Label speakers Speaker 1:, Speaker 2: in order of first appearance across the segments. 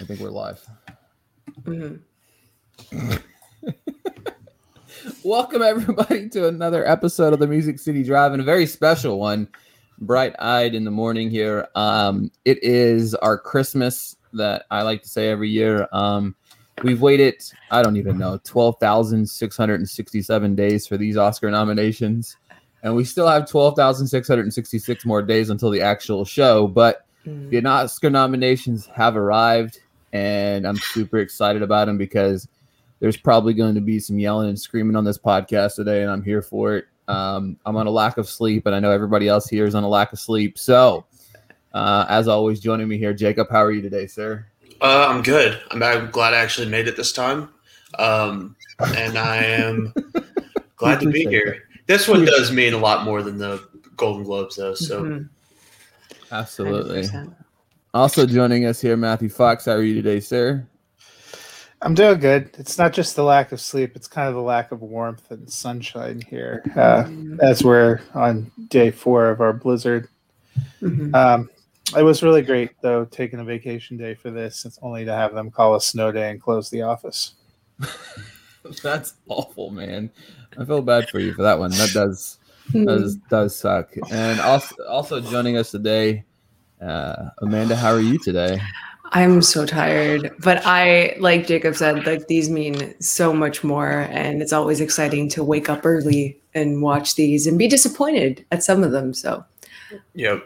Speaker 1: I think we're live.
Speaker 2: Mhm.
Speaker 1: Welcome everybody to another episode of the Music City Drive and a very special one. Bright eyed in the morning here. Um, it is our Christmas that I like to say every year. Um, we've waited, I don't even know, 12,667 days for these Oscar nominations. And we still have 12,666 more days until the actual show. But
Speaker 2: Mm.
Speaker 1: the Oscar nominations have arrived, and I'm super excited about them because there's probably going to be some yelling and screaming on this podcast today, and I'm here for it. Um, I'm on a lack of sleep, and I know everybody else here is on a lack of sleep. So, uh, as always, joining me here, Jacob. How are you today, sir?
Speaker 3: Uh, I'm good. I'm, I'm glad I actually made it this time. Um, and I am glad to be
Speaker 1: Appreciate Mm-hmm.
Speaker 3: here. This one does mean a lot more than the Golden Globes, though. So
Speaker 2: Mhm. Mm-hmm.
Speaker 1: Absolutely.
Speaker 2: 100%.
Speaker 1: Also joining us here, Matthew Fox. How are you today, sir?
Speaker 4: I'm doing good. It's not just the lack of sleep; it's kind of the lack of warmth and sunshine here, uh,
Speaker 2: Mhm.
Speaker 4: as we're on day four of our blizzard.
Speaker 2: Mhm.
Speaker 4: Um, it was really great, though, taking a vacation day for this. It's only to have them call a snow day and close the office.
Speaker 1: That's awful, man. I feel bad for you for that one. That does
Speaker 2: Mm-hmm.
Speaker 1: does does suck. And also, also joining us today, uh, Amanda. How are you today?
Speaker 2: I'm so tired, but I, like Jacob said, like these mean so much more, and it's always exciting to wake up early and watch these and be disappointed at some of them. So
Speaker 3: yep.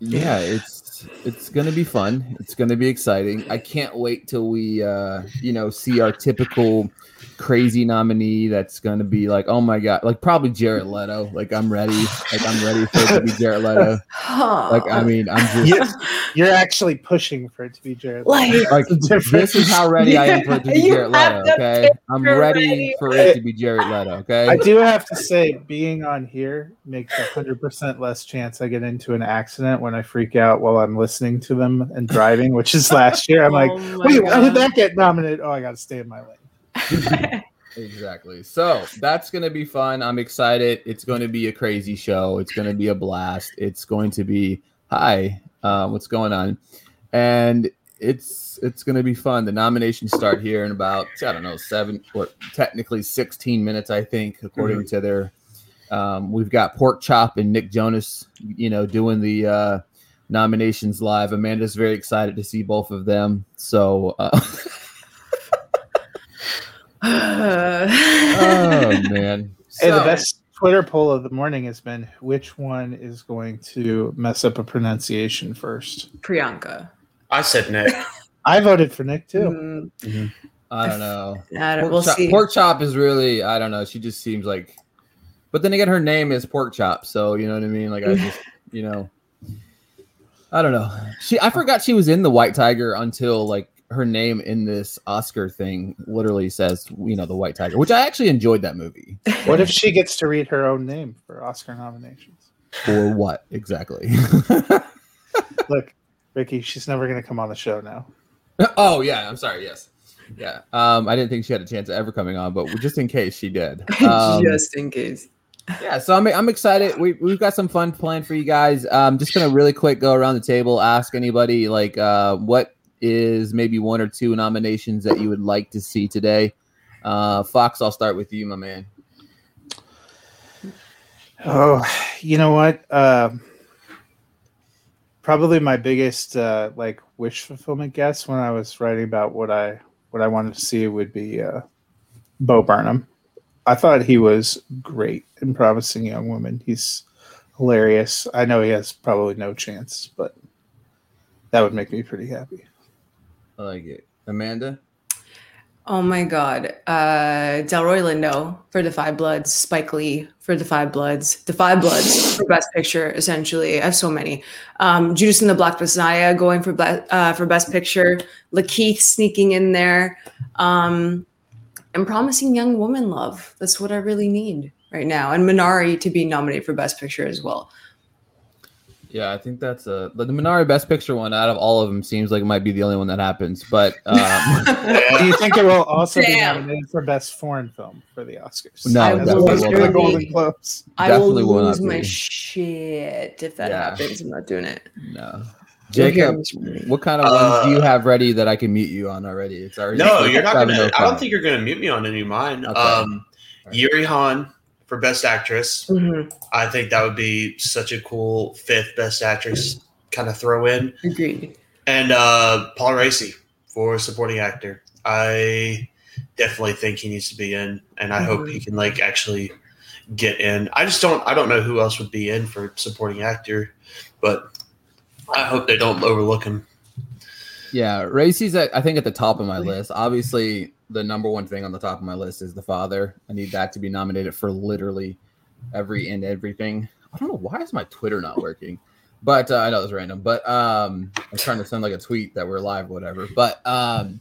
Speaker 1: Yeah, it's it's gonna be fun. It's gonna be exciting. I can't wait till we, uh, you know, see our typical crazy nominee. That's gonna be like, oh my god, like probably Jared Leto. Like I'm ready. Like I'm ready for it to be Jared Leto. Like I mean, I'm just.
Speaker 4: You're, you're actually pushing for it to be Jared. Leto.
Speaker 2: like
Speaker 1: Like this is how ready I am for it to be
Speaker 2: You
Speaker 1: Jared
Speaker 2: have
Speaker 1: Leto.
Speaker 2: to
Speaker 1: Okay, I'm
Speaker 2: picture
Speaker 1: ready,
Speaker 2: ready.
Speaker 1: for it to be Jared Leto. Okay,
Speaker 4: I do have to say, being on here makes a hundred percent less chance I get into an accident when I freak out while I'm listening to them and driving, which is last year. I'm like,
Speaker 2: oh my
Speaker 4: wait,
Speaker 2: God.
Speaker 4: how did that get nominated? Oh, I got to stay in my lane.
Speaker 1: Exactly. So that's going to be fun. I'm excited. It's going to be a crazy show. It's going to be a blast. It's going to be hi, uh, what's going on? And it's it's going to be fun. The nominations start here in about I don't know seven or technically 16 minutes, I think, according
Speaker 4: Mm-hmm.
Speaker 1: to their. Um, we've got Pork Chop and Nick Jonas, you know, doing the uh, nominations live. Amanda's very excited to see both of them. So. Uh, oh man.
Speaker 4: Hey, the
Speaker 1: So-
Speaker 4: best Twitter poll of the morning has been which one is going to mess up a pronunciation first.
Speaker 2: Priyanka.
Speaker 3: I said Nick.
Speaker 4: I voted for Nick too.
Speaker 2: Mm,
Speaker 1: I don't know.
Speaker 2: I don't,
Speaker 1: Pork,
Speaker 2: we'll
Speaker 1: chop,
Speaker 2: see.
Speaker 1: pork chop is really I don't know. She just seems like, but then again, her name is pork chop, so you know what I mean. Like I just you know, I don't know. She I forgot she was in the White Tiger until like her name in this Oscar thing literally says you know the White Tiger, which I actually enjoyed that movie.
Speaker 4: What if she gets to read her own name for Oscar nominations?
Speaker 1: For what exactly?
Speaker 4: Look, Ricky, she's never going to come on the show now.
Speaker 1: oh yeah, I'm sorry. Yes. Yeah, um, I didn't think she had a chance of ever coming on, but just in case she did, um,
Speaker 2: Just in case.
Speaker 1: yeah so i'm, I'm excited we, we've got some fun planned for you guys i'm just gonna really quick go around the table ask anybody like uh, what is maybe one or two nominations that you would like to see today uh, fox i'll start with you my man
Speaker 4: Oh, you know what? Um, probably my biggest uh, like wish fulfillment guess when I was writing about what I what I wanted to see would be uh, Bo Burnham. I thought he was great in Promising Young Woman. He's hilarious. I know he has probably no chance, but that would make me pretty happy.
Speaker 1: i like it amanda
Speaker 2: Oh my God. Uh, Delroy Lindo for the Five Bloods, Spike Lee for the Five Bloods, the Five Bloods for Best Picture, essentially. I have so many. Um, Judas and the Black Messiah going for, be- uh, for Best Picture, Lakeith sneaking in there, um, and Promising Young Woman Love. That's what I really need right now. And Minari to be nominated for Best Picture as well.
Speaker 1: yeah i think that's a the minari best picture one out of all of them seems like it might be the only one that happens but um,
Speaker 4: Do you think it will also be
Speaker 2: Damn.
Speaker 4: nominated for Best Foreign Film for the Oscars?
Speaker 1: No,
Speaker 4: As
Speaker 1: definitely
Speaker 4: opposed
Speaker 1: will
Speaker 4: to the
Speaker 1: not.
Speaker 4: Golden Globes.
Speaker 2: I will
Speaker 1: Definitely will not
Speaker 2: lose my
Speaker 1: be.
Speaker 2: shit if that
Speaker 1: Yeah.
Speaker 2: happens. I'm not doing it.
Speaker 1: no
Speaker 2: You'll hear
Speaker 1: Jacob,
Speaker 2: me screaming.
Speaker 1: what kind of
Speaker 3: Uh,
Speaker 1: ones do you have ready that I can mute you on already? It's already
Speaker 3: No, you're not
Speaker 1: seven
Speaker 3: gonna.
Speaker 1: oh
Speaker 3: I
Speaker 1: five.
Speaker 3: don't think you're gonna mute me on any of mine.
Speaker 1: Okay.
Speaker 3: Um,
Speaker 1: All right.
Speaker 3: Yuri Han for Best Actress.
Speaker 2: Mhm.
Speaker 3: I think that would be such a cool fifth Best Actress kind of throw in,
Speaker 2: Mm-hmm. Agreed.
Speaker 3: and uh, Paul Racy for Supporting Actor. I definitely think he needs to be in, and I hope
Speaker 2: Mhm.
Speaker 3: he can like actually get in. I just don't. I don't know who else would be in for Supporting Actor, but I hope they don't overlook him.
Speaker 1: Yeah, Racy's at, I think at the top of my list. Obviously, the number one thing on the top of my list is the father. I need that to be nominated for literally every and everything. I don't know why is my Twitter not working, but uh, I know it's random. But um, I'm trying to send like a tweet that we're live, whatever. But um,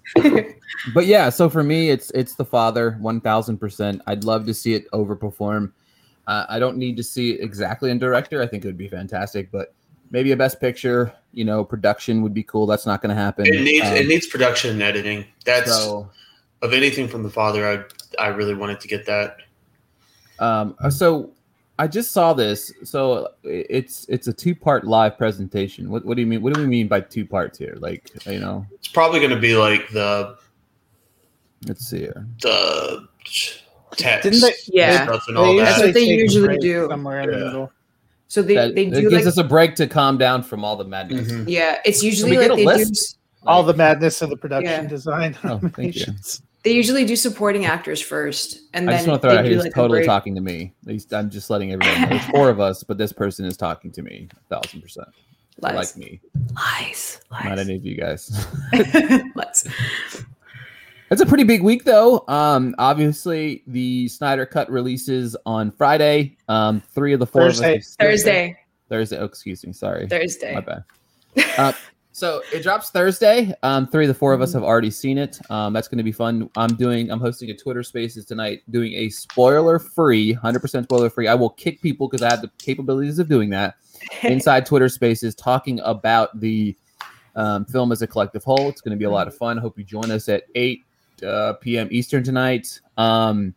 Speaker 1: but yeah, so for me, it's it's the father, one thousand percent. I'd love to see it overperform. Uh, I don't need to see it exactly in director. I think it would be fantastic, but maybe a best picture. You know, production would be cool. That's not going to happen.
Speaker 3: It needs
Speaker 1: Um,
Speaker 3: it needs production and editing. That's
Speaker 1: so.
Speaker 3: of anything from the father. I I really wanted to get that.
Speaker 1: Um, so I just saw this. So it's it's a two part live presentation. What what do you mean? What do we mean by two parts here? Like you know,
Speaker 3: It's probably going to be like the
Speaker 1: let's see here.
Speaker 3: the text.
Speaker 4: Didn't they?
Speaker 2: Yeah.
Speaker 3: Stuff and all
Speaker 2: That's
Speaker 3: that.
Speaker 2: what they
Speaker 4: take a
Speaker 2: usually
Speaker 4: break
Speaker 2: do.
Speaker 4: Somewhere in
Speaker 3: Yeah.
Speaker 4: the middle.
Speaker 2: So they,
Speaker 1: That-
Speaker 2: they
Speaker 1: it
Speaker 2: do
Speaker 1: gives
Speaker 2: like
Speaker 1: us a break to calm down from all the madness.
Speaker 3: Mhm.
Speaker 2: yeah, it's usually
Speaker 1: Can we
Speaker 2: like
Speaker 1: get
Speaker 2: they
Speaker 1: a
Speaker 2: do
Speaker 1: list?
Speaker 2: s-
Speaker 4: All the madness of the production
Speaker 2: Yeah.
Speaker 4: design.
Speaker 1: Oh, thank you.
Speaker 4: nominations.
Speaker 2: they usually do supporting actors first, and
Speaker 1: I
Speaker 2: then
Speaker 1: just want to throw
Speaker 2: they
Speaker 1: out
Speaker 2: do
Speaker 1: here. He's
Speaker 2: like a
Speaker 1: totally
Speaker 2: break.
Speaker 1: talking to me. At least I'm just letting everyone know. There's four of us, but this person is talking to me. A thousand percent. They
Speaker 2: Lies.
Speaker 1: Like me,
Speaker 2: lies,
Speaker 1: not
Speaker 2: lies,
Speaker 1: any of you guys.
Speaker 2: lies.
Speaker 1: It's a pretty big week, though. Um, obviously, the Snyder Cut releases on Friday. Um, three of the four
Speaker 4: Thursday.
Speaker 1: Of us
Speaker 2: Thursday,
Speaker 1: Thursday. Oh, excuse me. Sorry. My
Speaker 2: Thursday.
Speaker 1: bad. Uh, so it drops Thursday. Um, three of the four of us have already seen it. Um, that's going to be fun. I'm doing. I'm hosting a Twitter Spaces tonight, doing a spoiler-free, 100% spoiler-free. I will kick people because I have the capabilities of doing that inside Twitter Spaces, talking about the um, film as a collective whole. It's going to be a lot of fun. Hope you join us at 8 uh, p.m. Eastern tonight. Um,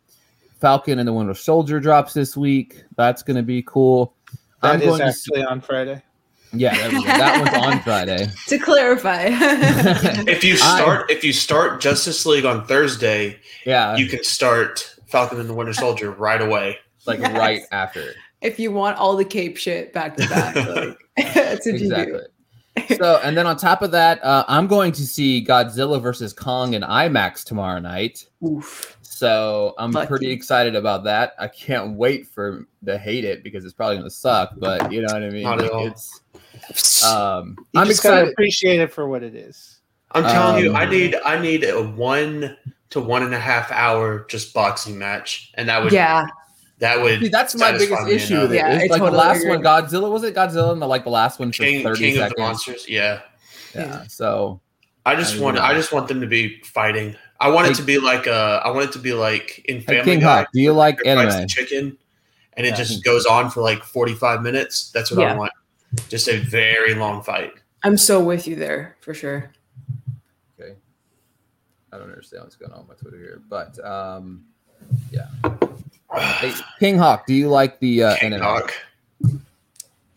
Speaker 1: Falcon and the Winter Soldier drops this week. That's going to be cool.
Speaker 4: That
Speaker 1: to
Speaker 4: is
Speaker 1: see-
Speaker 4: actually on Friday.
Speaker 1: yeah, there we go. that one's on Friday.
Speaker 2: to clarify,
Speaker 3: If you
Speaker 1: I-
Speaker 3: start if you start Justice League on Thursday,
Speaker 1: Yeah,
Speaker 3: you can start Falcon and the Winter Soldier right away.
Speaker 1: like
Speaker 2: Yes.
Speaker 1: right after.
Speaker 2: if you want all the cape shit back to back, like, that's what you do.
Speaker 1: Exactly. So, and then on top of that, uh, I'm going to see Godzilla versus Kong in IMAX tomorrow night.
Speaker 2: Oof.
Speaker 1: So I'm
Speaker 2: Lucky.
Speaker 1: pretty excited about that. I can't wait for to hate it because it's probably going to suck. But you know what I mean.
Speaker 3: Not at all.
Speaker 1: It's, um,
Speaker 4: You
Speaker 1: I'm
Speaker 4: just gotta
Speaker 1: excited.
Speaker 4: appreciate it for what it is.
Speaker 3: I'm telling you,
Speaker 1: Um,
Speaker 3: I need I need a one to one and a half hour just boxing match, and that would
Speaker 2: Yeah,
Speaker 3: that would
Speaker 1: See, that's my biggest
Speaker 3: satisfy me
Speaker 1: issue with it.
Speaker 2: enough. Yeah,
Speaker 1: It's
Speaker 2: I
Speaker 1: like
Speaker 2: totally
Speaker 1: the last
Speaker 2: agree.
Speaker 1: one, Godzilla was it Godzilla and the like the last one for
Speaker 3: King,
Speaker 1: 30
Speaker 3: King of the
Speaker 1: seconds.
Speaker 3: Monsters. Yeah,
Speaker 1: yeah. So
Speaker 3: I just
Speaker 1: I
Speaker 3: want
Speaker 1: agree.
Speaker 3: I just want them to be fighting. I want
Speaker 1: Like-
Speaker 3: it to be like uh I want it to be like in
Speaker 1: hey,
Speaker 3: Family
Speaker 1: King
Speaker 3: Guy.
Speaker 1: Hawk, do you like
Speaker 3: Everybody fights
Speaker 1: anime?
Speaker 3: the chicken, and it
Speaker 1: Yeah.
Speaker 3: just goes on for like forty-five minutes. That's what
Speaker 2: Yeah.
Speaker 3: I want. Just a very long fight.
Speaker 2: I'm so with you there for sure.
Speaker 1: Okay. I don't understand what's going on with my Twitter here, but um, yeah. Hey, King Hawk, do you like the uh,
Speaker 3: King
Speaker 1: anime?
Speaker 3: Hawk,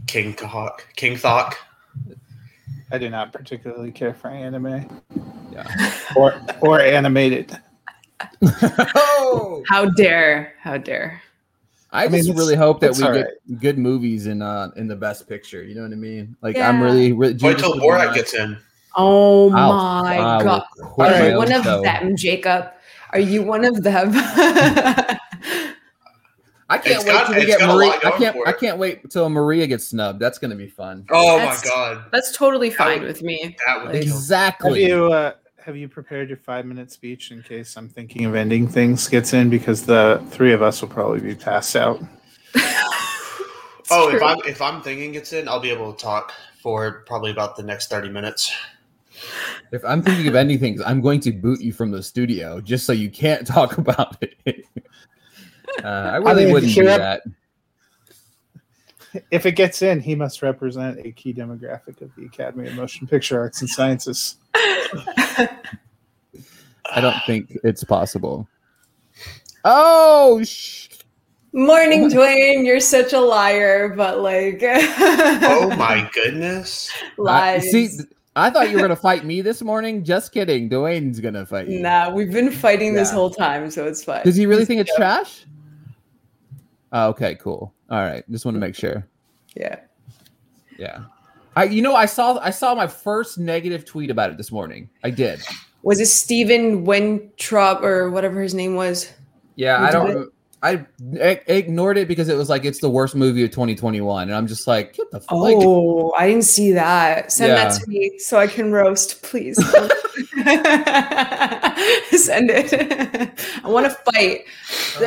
Speaker 3: King Hawk, King Thok.
Speaker 4: I do not particularly care for anime
Speaker 1: Yeah.
Speaker 4: or or animated.
Speaker 1: oh,
Speaker 2: How dare, how dare.
Speaker 1: I,
Speaker 4: I mean,
Speaker 1: just
Speaker 4: it's-
Speaker 1: really hope that
Speaker 4: it's
Speaker 1: we
Speaker 4: all
Speaker 1: get good movies in uh in the best picture. You know what I mean? Like I'm
Speaker 2: Yeah.
Speaker 1: really, really
Speaker 3: Wait
Speaker 1: just
Speaker 3: till
Speaker 1: would be
Speaker 3: Borat
Speaker 1: nice-
Speaker 3: gets in.
Speaker 2: Oh
Speaker 1: I'll-
Speaker 2: my
Speaker 1: I will
Speaker 2: god.
Speaker 1: quit
Speaker 4: All
Speaker 2: Are
Speaker 4: right.
Speaker 1: my
Speaker 2: you
Speaker 1: own
Speaker 2: one of
Speaker 1: show.
Speaker 2: them, Jacob? Are you one of them?
Speaker 1: I can't
Speaker 3: It's
Speaker 1: wait
Speaker 3: got-
Speaker 1: till we
Speaker 3: it's
Speaker 1: get
Speaker 3: got a lot
Speaker 1: Maria. I
Speaker 3: going
Speaker 1: can't.
Speaker 3: for
Speaker 1: I
Speaker 3: it.
Speaker 1: can't wait till Maria gets snubbed. That's gonna be fun.
Speaker 3: Oh
Speaker 2: That's-
Speaker 3: my god,
Speaker 2: That's totally fine with me.
Speaker 3: that would kill.
Speaker 4: Have
Speaker 1: Exactly.
Speaker 4: you uh, have you prepared your five minute speech in case I'm thinking of ending things gets in because the three of us will probably be passed out.
Speaker 3: Oh,
Speaker 2: It's
Speaker 3: if
Speaker 2: true.
Speaker 3: I'm if I'm thinking it's in, I'll be able to talk for probably about the next thirty minutes.
Speaker 1: If I'm thinking of anything, I'm going to boot you from the studio just so you can't talk about it. Uh, I really
Speaker 4: mean,
Speaker 1: wouldn't do
Speaker 4: sure.
Speaker 1: that.
Speaker 4: If it gets in, he must represent a key demographic of the Academy of Motion Picture Arts and Sciences.
Speaker 1: I don't think it's possible. Oh, sh-
Speaker 2: Morning, Dwayne. You're such a liar, but like,
Speaker 3: Oh my goodness.
Speaker 1: I-
Speaker 2: lies.
Speaker 1: see, th- I thought you were gonna fight me this morning. Just kidding. Dwayne's gonna fight you.
Speaker 2: nah, we've been fighting this
Speaker 1: Yeah.
Speaker 2: whole time, so it's fine.
Speaker 1: Does he really think it's trash? Oh, okay, cool. All right, just want to make sure.
Speaker 2: Yeah.
Speaker 1: Yeah. I, you know, I saw I saw my first negative tweet about it this morning. I did.
Speaker 2: Was it Steven Wentrop or whatever his name was?
Speaker 1: Yeah,
Speaker 2: You
Speaker 1: I
Speaker 2: did
Speaker 1: don't. I I ignored it because it was like it's the worst movie of 2021, and I'm just like, get the fuck. like,
Speaker 2: Oh, I didn't see that. Send
Speaker 1: Yeah.
Speaker 2: that to me so I can roast, please. Send it. I want to fight.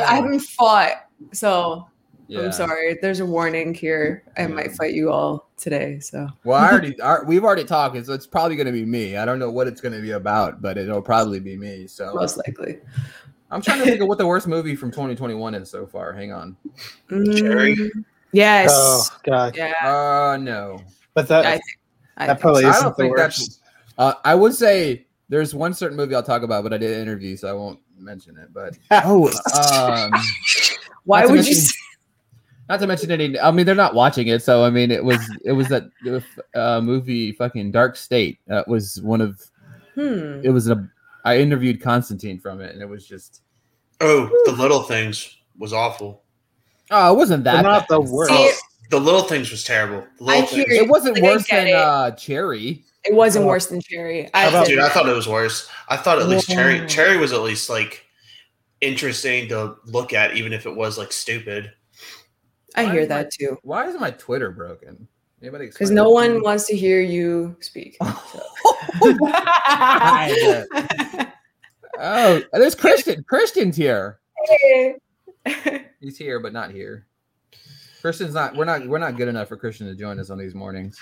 Speaker 2: I haven't fought, so
Speaker 1: Yeah.
Speaker 2: Oh, I'm sorry. There's a warning here. I might fight you all today. So
Speaker 1: Well, I already I, we've already talked, so it's probably gonna be me. I don't know what it's gonna be about, but it'll probably be me. So
Speaker 2: most likely.
Speaker 1: I'm trying to think of what the worst movie from 2021 is so far. Hang on.
Speaker 3: Jerry?
Speaker 2: Mm, Yes.
Speaker 4: Oh god.
Speaker 2: Yeah.
Speaker 1: Uh no.
Speaker 4: But
Speaker 2: I
Speaker 4: that
Speaker 2: think- I
Speaker 4: that
Speaker 2: think
Speaker 4: probably
Speaker 1: so. I don't
Speaker 4: isn't the
Speaker 1: think that's-
Speaker 4: worst.
Speaker 1: Uh, I would say there's one certain movie I'll talk about, but I did an interview, so I won't mention it. But
Speaker 4: Oh,
Speaker 1: um,
Speaker 2: so. Why
Speaker 1: that's
Speaker 2: would you?
Speaker 1: amazing.
Speaker 2: Say,
Speaker 1: not to mention any. I mean, they're not watching it, so I mean, it was it was that uh, movie, fucking Dark State. Uh, was one of
Speaker 2: hmm.
Speaker 1: it was a. I interviewed Constantine from it, and it was just
Speaker 3: Oh, the little things was awful.
Speaker 1: oh, it wasn't that.
Speaker 4: But not
Speaker 1: bad.
Speaker 4: the worst.
Speaker 3: Oh, the little things was terrible. The little
Speaker 2: I hear
Speaker 3: things.
Speaker 1: It wasn't
Speaker 2: Like, I
Speaker 1: worse
Speaker 2: get
Speaker 1: than
Speaker 2: it.
Speaker 1: uh, Cherry.
Speaker 2: It wasn't
Speaker 4: Oh.
Speaker 2: worse than Cherry.
Speaker 4: How about-
Speaker 3: Dude, I thought it was worse. I thought at least
Speaker 2: Wow.
Speaker 3: Cherry Cherry was at least like interesting to look at, even if it was like stupid.
Speaker 2: I hear that too.
Speaker 1: Why is my Twitter broken? Anybody?
Speaker 2: Because no one wants to hear you speak.
Speaker 1: oh, there's Christian. Christian's here.
Speaker 2: Hey.
Speaker 1: He's here, but not here. Christian's not. We're not. We're not good enough for Christian to join us on these mornings.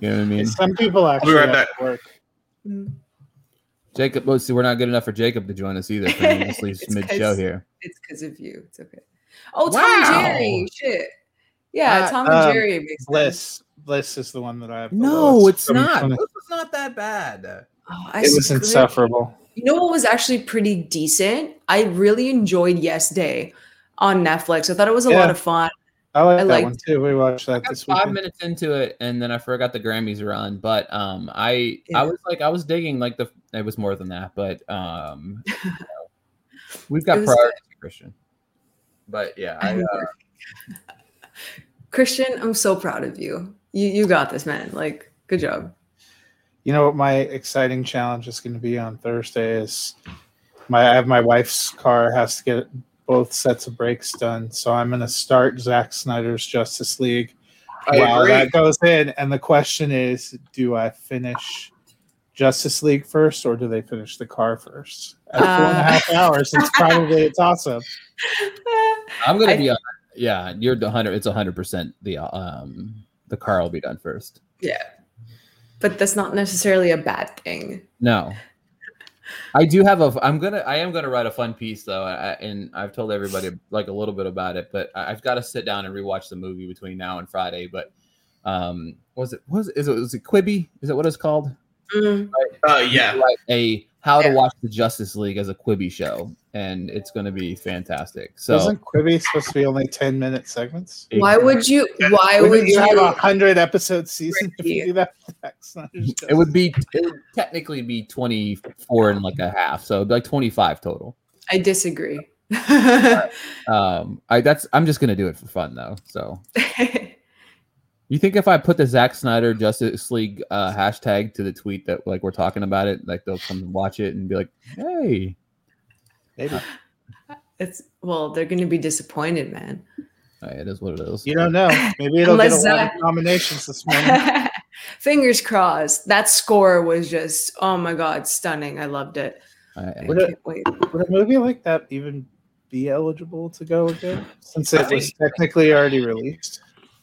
Speaker 1: You know what I mean?
Speaker 4: Some people actually
Speaker 3: right
Speaker 4: have to work.
Speaker 1: Jacob. well, see, we're not good enough for Jacob to join us either. Just leaves
Speaker 2: It's
Speaker 1: mid show
Speaker 2: 'cause-
Speaker 1: here.
Speaker 2: It's because of you. It's okay. Oh, Tom
Speaker 1: Wow.
Speaker 2: and Jerry. Shit. Yeah,
Speaker 1: Uh,
Speaker 2: Tom and
Speaker 4: um,
Speaker 2: Jerry makes sense.
Speaker 4: Bliss. Bliss is the one that I have. the
Speaker 1: No,
Speaker 4: lowest.
Speaker 1: it's
Speaker 4: From
Speaker 1: not.
Speaker 4: 20
Speaker 1: This was not that bad.
Speaker 2: Oh, I
Speaker 4: It was
Speaker 2: screwed-
Speaker 4: insufferable.
Speaker 2: You know what was actually pretty decent? I really enjoyed Yes Day on Netflix. I thought it was a lot
Speaker 4: Yeah.
Speaker 2: of fun.
Speaker 4: I like
Speaker 2: I
Speaker 4: that
Speaker 2: liked-
Speaker 4: one too. We watched that
Speaker 1: I got
Speaker 4: this
Speaker 1: five
Speaker 4: weekend.
Speaker 1: minutes into it, and then I forgot the Grammys were on. But um, I
Speaker 2: Yeah.
Speaker 1: I was like I was digging like the. It was more than that, but um, you know, we've got
Speaker 2: It was-
Speaker 1: priorities, Christian. But yeah, I, uh,
Speaker 2: Christian, I'm so proud of you. You you got this, man. Like, good job.
Speaker 4: You know what my exciting challenge is going to be on Thursday is my I have my wife's car has to get both sets of brakes done, so I'm going to start Zack Snyder's Justice League.
Speaker 3: I
Speaker 4: Wow,
Speaker 3: agree.
Speaker 4: that goes in, and the question is, do I finish Justice League first, or do they finish the car first? At four and a
Speaker 2: Uh.
Speaker 4: half hours, it's probably a toss-up.
Speaker 1: I'm gonna
Speaker 2: I-
Speaker 1: be. on yeah, you're the hundred. It's hundred percent. The um, the car will be done first.
Speaker 2: but that's not necessarily a bad thing.
Speaker 1: No, I do have a. I'm gonna. I am gonna write a fun piece though, I, and I've told everybody like a little bit about it. But I- I've got to sit down and rewatch the movie between now and Friday. But um, was it was is it was it Quibi? Is that what it's called?
Speaker 2: Mm.
Speaker 3: Uh, yeah,
Speaker 1: Like a how to
Speaker 2: Yeah.
Speaker 1: watch the Justice League as a Quibi show, and it's gonna be fantastic. So.
Speaker 4: Wasn't Quibi supposed to be only ten-minute segments?
Speaker 2: Why would you? Why
Speaker 4: Wouldn't
Speaker 2: would
Speaker 4: you have a
Speaker 2: you?
Speaker 4: hundred-episode season if you
Speaker 2: Ricky.
Speaker 4: do that? for Zack Snyder's
Speaker 1: It would
Speaker 4: Justice
Speaker 1: be it would technically be 24 and like a half, so it'd be like 25 total.
Speaker 2: I disagree.
Speaker 1: Um, I that's I'm just gonna do it for fun though. So you think if I put the Zack Snyder Justice League uh, hashtag to the tweet that like we're talking about it, like they'll come and watch it and be like, hey,
Speaker 4: Maybe.
Speaker 2: it's well, they're going to be disappointed, man.
Speaker 1: Hey, it is what it is.
Speaker 4: You don't know. Maybe it'll
Speaker 2: Unless,
Speaker 4: get a lot
Speaker 2: uh,
Speaker 4: of nominations this morning.
Speaker 2: Fingers crossed. That score was just oh my god, stunning. I loved it. I
Speaker 1: I-
Speaker 4: Would it-
Speaker 2: can't wait.
Speaker 4: Would a movie like that even be eligible to go again? Since
Speaker 3: I
Speaker 4: it
Speaker 3: think-
Speaker 4: was technically already released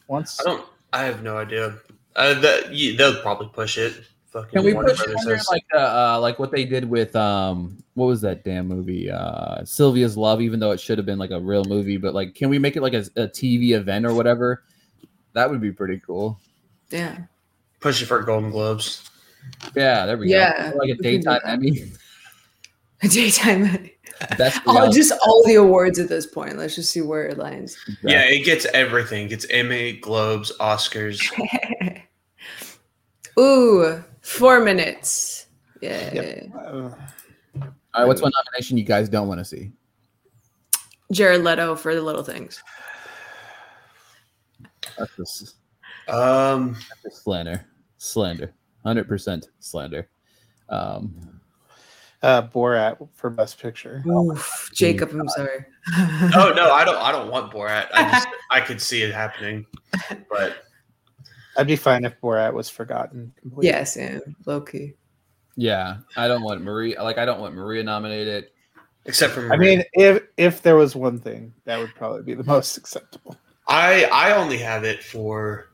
Speaker 4: once.
Speaker 3: I don't. I have no idea. Uh, that you, they'll probably push it. Fucking
Speaker 1: can we
Speaker 3: Warner
Speaker 1: push it
Speaker 3: Brothers
Speaker 1: under,
Speaker 3: says-
Speaker 1: like uh, uh, like what they did with um what was that damn movie uh Sylvia's Love even though it should have been like a real movie but like can we make it like a, a TV event or whatever that would be pretty cool
Speaker 2: Yeah.
Speaker 3: push it for Golden Globes.
Speaker 1: yeah there we
Speaker 2: Yeah,
Speaker 1: go like a
Speaker 2: we can do
Speaker 1: daytime
Speaker 2: that.
Speaker 1: Emmy
Speaker 2: Daytime.
Speaker 1: Best
Speaker 2: all,
Speaker 1: reality-
Speaker 2: just all the awards at this point. Let's just see where it lands.
Speaker 3: Yeah, it gets everything. It gets Emmy, Globes, Oscars.
Speaker 2: Ooh, four minutes. Yeah.
Speaker 4: Uh,
Speaker 1: All right, what's one nomination you guys don't want to see?
Speaker 2: Jared Leto for the little things.
Speaker 1: That's just,
Speaker 3: Um,
Speaker 1: that's just slander, slander, hundred percent slander. Um,
Speaker 4: uh, Borat for Best Picture.
Speaker 2: Oof, Jacob, I'm sorry. oh,
Speaker 3: oh no, I don't. I don't want Borat. I just I could see it happening, but
Speaker 4: I'd be fine if Borat was forgotten completely.
Speaker 2: yes, and Loki.
Speaker 1: yeah, I don't want Maria. Like, I don't want Maria nominated.
Speaker 3: except for
Speaker 4: I mean, if if there was one thing, that would probably be the most acceptable.
Speaker 3: I I only have it for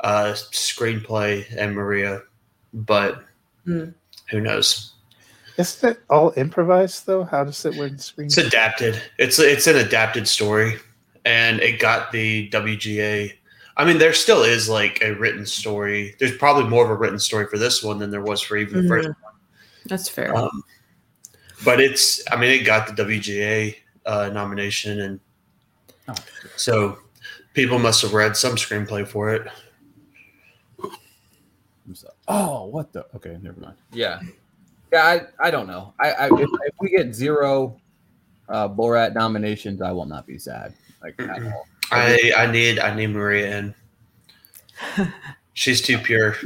Speaker 3: uh screenplay and Maria, but
Speaker 2: Hmm.
Speaker 3: who knows?
Speaker 4: Isn't it all improvised though? How does it win screen?
Speaker 3: It's adapted. It's it's an adapted story, and it got the WGA. I mean, there still is like a written story. There's probably more of a written story for this one than there was for even the first
Speaker 2: That's fair.
Speaker 1: Uh,
Speaker 3: Um, but it's, I mean, it got the WGA uh, nomination, and
Speaker 1: Oh.
Speaker 3: so people must have read some screenplay for it.
Speaker 1: I'm so- Oh, what the? Okay, never mind. Yeah, yeah, I, I don't know. I, I if, if we get zero uh, Borat nominations, I will not be sad. Like at all.
Speaker 3: I, I need, I need Maria in. She's too pure.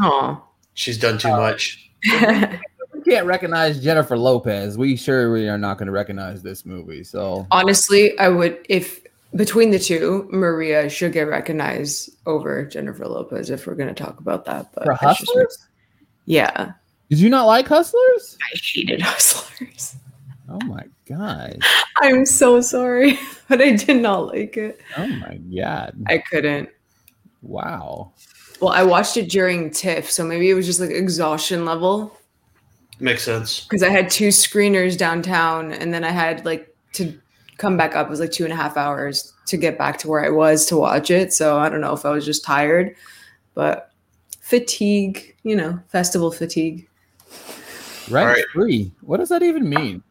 Speaker 2: Oh.
Speaker 3: She's done too
Speaker 1: Uh,
Speaker 3: much.
Speaker 1: we can't recognize Jennifer Lopez. We surely are not going to recognize this movie. So
Speaker 2: Honestly, I would if between the two, Maria should get recognized over Jennifer Lopez if we're going to talk about that. But
Speaker 1: for
Speaker 2: Oh, that's just-
Speaker 1: Hustlers,
Speaker 2: yeah,
Speaker 1: did you not like Hustlers?
Speaker 2: I hated Hustlers.
Speaker 1: Oh my god!
Speaker 2: I'm so sorry, but I did not like it.
Speaker 1: Oh my god!
Speaker 2: I couldn't.
Speaker 1: Wow.
Speaker 2: Well, I watched it during TIFF, so maybe it was just like exhaustion level
Speaker 3: Makes sense.
Speaker 2: because I had two screeners downtown, and then I had like to come back up. It was like two and a half hours to get back to where I was to watch it. So I don't know if I was just tired, but fatigue, you know, festival fatigue.
Speaker 1: Rent
Speaker 3: All right.
Speaker 1: free. What does that even mean?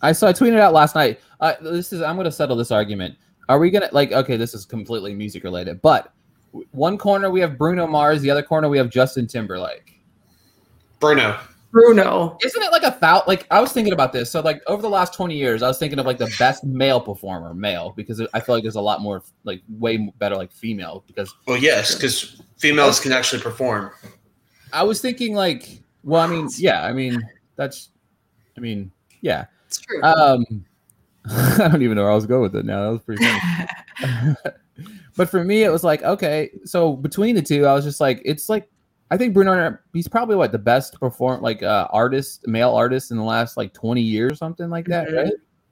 Speaker 1: I saw I tweeted out last night. Uh, this is I'm going to settle this argument. Are we going to like? Okay, this is completely music related, but w- one corner we have Bruno Mars, the other corner we have Justin Timberlake.
Speaker 3: Bruno.
Speaker 2: Bruno.
Speaker 1: Isn't it like a thou? Like I was thinking about this. So like over the last 20 years, I was thinking of like the best male performer, male, because I feel like there's a lot more like way better like female because
Speaker 3: Well, yes, because females
Speaker 2: Oh.
Speaker 3: can actually perform.
Speaker 1: I was thinking like, well, I mean, yeah, I mean that's, I mean, yeah.
Speaker 2: It's true.
Speaker 1: Um, I don't even know where I was going with it now. That was pretty funny. but for me, it was like, okay, so between the two, I was just like, it's like, I think Bruno, he's probably what the best perform like uh, artist, male artist in the last like 20 years or something like that,
Speaker 2: Mhm.
Speaker 1: right? I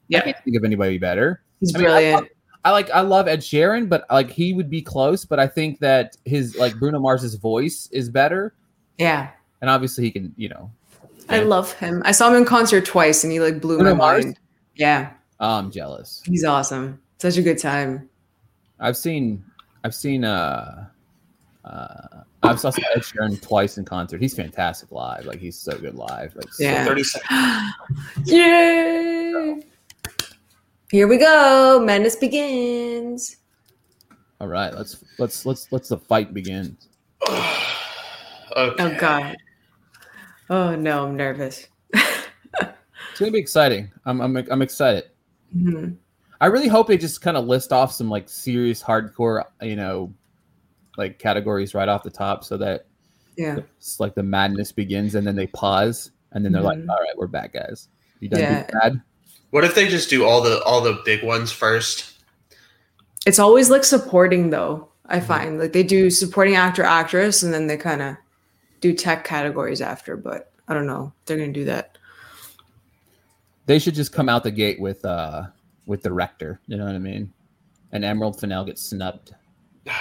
Speaker 2: Yeah.
Speaker 1: can't think of anybody better.
Speaker 2: He's
Speaker 1: I mean, I
Speaker 2: brilliant.
Speaker 1: I like, I love Ed Sheeran, but like he would be close, but I think that his like Bruno Mars's voice is better.
Speaker 2: yeah.
Speaker 1: And obviously he can, you know,
Speaker 2: I love him. I saw him in concert twice and he like blew
Speaker 1: Bruno
Speaker 2: my
Speaker 1: Mars?
Speaker 2: mind. Yeah,
Speaker 1: I'm jealous.
Speaker 2: he's awesome. Such a good time.
Speaker 1: I've seen I've seen uh uh I've saw Ed Sheeran twice in concert. He's fantastic live. Like he's so good live. Like so-
Speaker 2: Yeah.
Speaker 3: Thirty seconds.
Speaker 2: Yay! Here we go. Madness begins.
Speaker 1: all right, let's let's let's let's the fight begin.
Speaker 3: okay.
Speaker 2: Oh god. Oh no, I'm nervous.
Speaker 1: It's gonna be exciting. I'm I'm I'm excited.
Speaker 2: Mhm.
Speaker 1: I really hope they just kind of list off some like serious hardcore, you know, like categories right off the top so that
Speaker 2: Yeah.
Speaker 1: it's like the madness begins and then they pause and then they're
Speaker 2: Mhm.
Speaker 1: like, all right, we're back, guys. You done
Speaker 2: Yeah.
Speaker 1: being bad?
Speaker 3: What if they just do all the all the big ones first?
Speaker 2: It's always like supporting though, I find. Like they do supporting actor, actress, and then they kind of do tech categories after, but I don't know. They're gonna do that.
Speaker 1: they should just come out the gate with uh with the rector you know what i mean and emerald fennell gets snubbed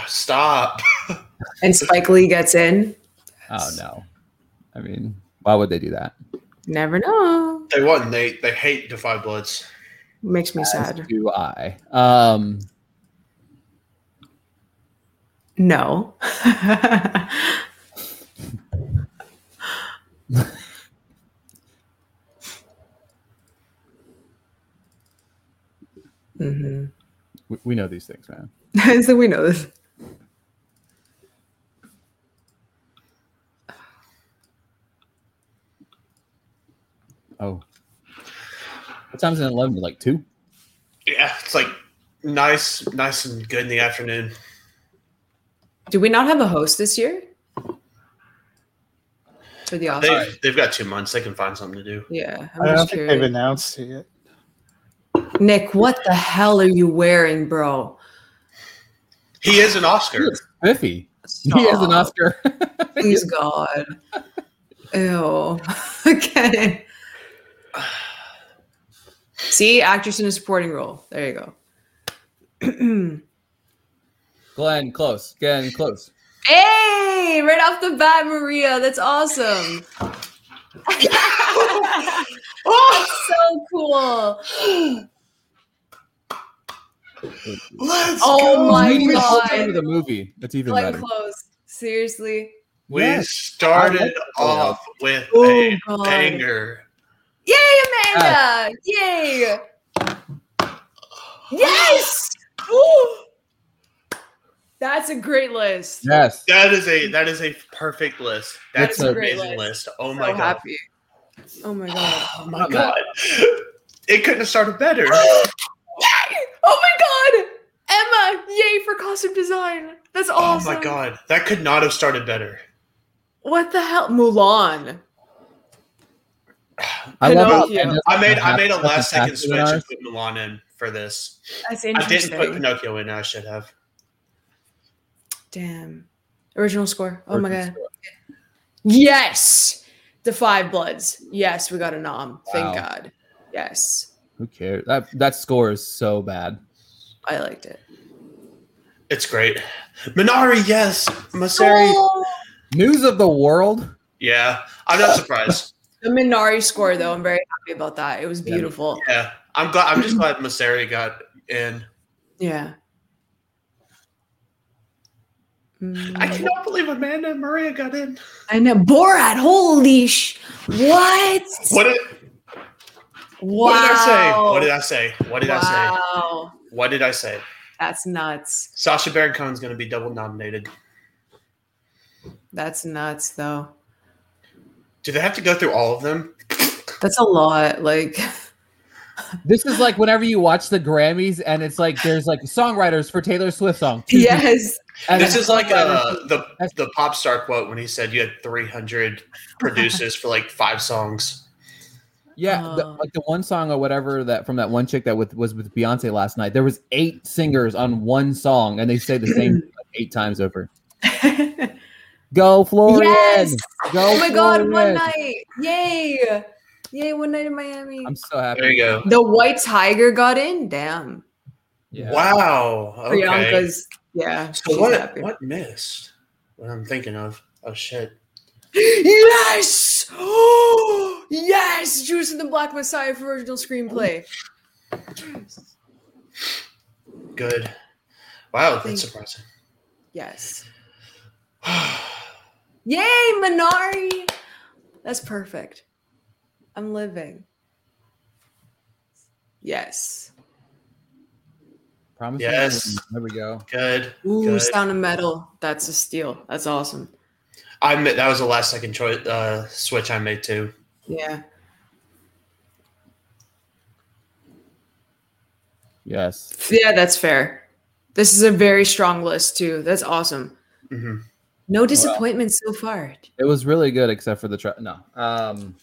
Speaker 3: Stop.
Speaker 2: And Spike Lee gets in.
Speaker 1: oh no i mean why would they do that
Speaker 2: Never know.
Speaker 3: They won. They they hate Defy Bloods.
Speaker 2: Makes me
Speaker 1: As
Speaker 2: sad.
Speaker 1: do i um
Speaker 2: No.
Speaker 1: We, we know these things, man.
Speaker 2: Mm-hmm. so we know this.
Speaker 1: Oh, what time's it? at Eleven? Like two?
Speaker 3: Yeah, it's like nice, nice and good in the afternoon.
Speaker 2: Do we not have a host this year? For the Oscars?
Speaker 3: They've, they've got two months. They can find something to do.
Speaker 2: yeah.
Speaker 4: I
Speaker 2: I'm
Speaker 4: don't
Speaker 2: just
Speaker 4: think they've
Speaker 2: curious.
Speaker 4: announced it yet.
Speaker 2: Nick, what the hell are you wearing, bro?
Speaker 3: He is an Oscar.
Speaker 1: Biffy. He has an
Speaker 2: Stop.
Speaker 1: Oscar.
Speaker 2: Please, God. Ew. okay. See, actress in a supporting role. There you go.
Speaker 1: Glenn, close. Glenn, close.
Speaker 2: hey, right off the bat, Maria. That's awesome.
Speaker 3: Oh,
Speaker 2: so cool.
Speaker 3: let's
Speaker 2: Oh
Speaker 3: go.
Speaker 2: my
Speaker 1: We missed
Speaker 2: God.
Speaker 1: out on the movie. That's even
Speaker 2: Glenn
Speaker 1: better.
Speaker 2: Close. Seriously.
Speaker 3: We
Speaker 1: Yes. I like
Speaker 3: started
Speaker 1: that.
Speaker 3: off with
Speaker 2: Oh,
Speaker 3: a
Speaker 2: God.
Speaker 3: banger.
Speaker 2: Yay, Amanda! Yay! Yes! That's a great list.
Speaker 1: Yes.
Speaker 3: That is a that is a perfect list. That's
Speaker 1: That's
Speaker 3: an
Speaker 1: a
Speaker 2: great
Speaker 3: amazing
Speaker 2: list.
Speaker 3: list. Oh
Speaker 2: so
Speaker 3: my god.
Speaker 2: happy. Oh my god.
Speaker 3: Oh my god. It couldn't have started better.
Speaker 2: Oh my god! Emma, yay for costume design. That's
Speaker 3: Oh
Speaker 2: awesome.
Speaker 3: my god. That could not have started better.
Speaker 2: What the hell? Mulan.
Speaker 1: I love
Speaker 2: Pinocchio.
Speaker 1: it.
Speaker 3: I made I made a last second switch
Speaker 1: Ours.
Speaker 3: and put Milan in for this.
Speaker 2: That's
Speaker 3: I didn't
Speaker 2: interesting.
Speaker 3: put Pinocchio in, I should have.
Speaker 2: Damn. Original score. Oh my god. Yes. The Five Bloods. Yes, we got a nom.
Speaker 1: Wow.
Speaker 2: Thank God. Yes.
Speaker 1: Who cares? That that score is so bad.
Speaker 2: I liked it.
Speaker 3: It's great. Minari, yes.
Speaker 2: Oh,
Speaker 3: Maseri.
Speaker 1: News of the world.
Speaker 3: Yeah. I'm not surprised.
Speaker 2: The Minari score though. I'm very happy about that. It was
Speaker 1: Yeah.
Speaker 2: beautiful.
Speaker 3: Yeah. I'm glad I'm just glad Maseri got in.
Speaker 2: Yeah.
Speaker 3: I
Speaker 2: Mm.
Speaker 3: cannot believe Amanda and Maria got in.
Speaker 2: I know Borat. Holy sh! What?
Speaker 3: What did,
Speaker 2: Wow.
Speaker 3: what did I say? What did I say? What did I say?
Speaker 2: wow.
Speaker 3: What did I say?
Speaker 2: That's nuts.
Speaker 3: Sasha Baron Cohen's going to be double nominated.
Speaker 2: That's nuts, though.
Speaker 3: Do they have to go through all of them?
Speaker 2: That's a lot. Like,
Speaker 1: This is like whenever you watch the Grammys and it's like there's like songwriters for Taylor Swift song. Choose-
Speaker 2: yes.
Speaker 1: and
Speaker 3: This
Speaker 1: then
Speaker 3: is like
Speaker 1: songwriters-
Speaker 3: uh, the the pop star quote when he said you had 300 producers for like five songs.
Speaker 1: yeah, the-
Speaker 2: Oh.
Speaker 1: like the one song or whatever that from that one chick that with, was with Beyonce last night. There was eight singers on one song and they say the same thing like eight times over.
Speaker 2: yes.
Speaker 1: Go Florian. Go
Speaker 2: Oh my God! One
Speaker 1: Florian.
Speaker 2: night. Yay! Yay! One night in Miami.
Speaker 1: I'm so happy.
Speaker 3: There you go.
Speaker 2: the White Tiger got in. Damn.
Speaker 1: Yeah.
Speaker 3: Wow. Okay.
Speaker 2: Priyanka's. Yeah.
Speaker 3: So
Speaker 2: she's
Speaker 3: what
Speaker 2: happy.
Speaker 3: what missed? What I'm thinking of. Oh shit.
Speaker 2: Yes! Oh, yes! Judas and the Black Messiah for original screenplay.
Speaker 3: Good. Wow,
Speaker 2: Thank-
Speaker 3: that's surprising.
Speaker 2: Yes. Yay, Minari! That's perfect. I'm living. Yes.
Speaker 1: Promise
Speaker 3: Yes.
Speaker 1: There we go.
Speaker 3: Good.
Speaker 2: Ooh,
Speaker 3: Good.
Speaker 2: Sound of Metal. That's a steal. That's awesome.
Speaker 3: I made, that was the last second choice uh, switch I made too.
Speaker 2: Yeah.
Speaker 1: Yes.
Speaker 2: Yeah, that's fair. This is a very strong list, too. That's awesome.
Speaker 3: hmm
Speaker 2: No disappointments so far.
Speaker 1: It was really good except for the try. No. Um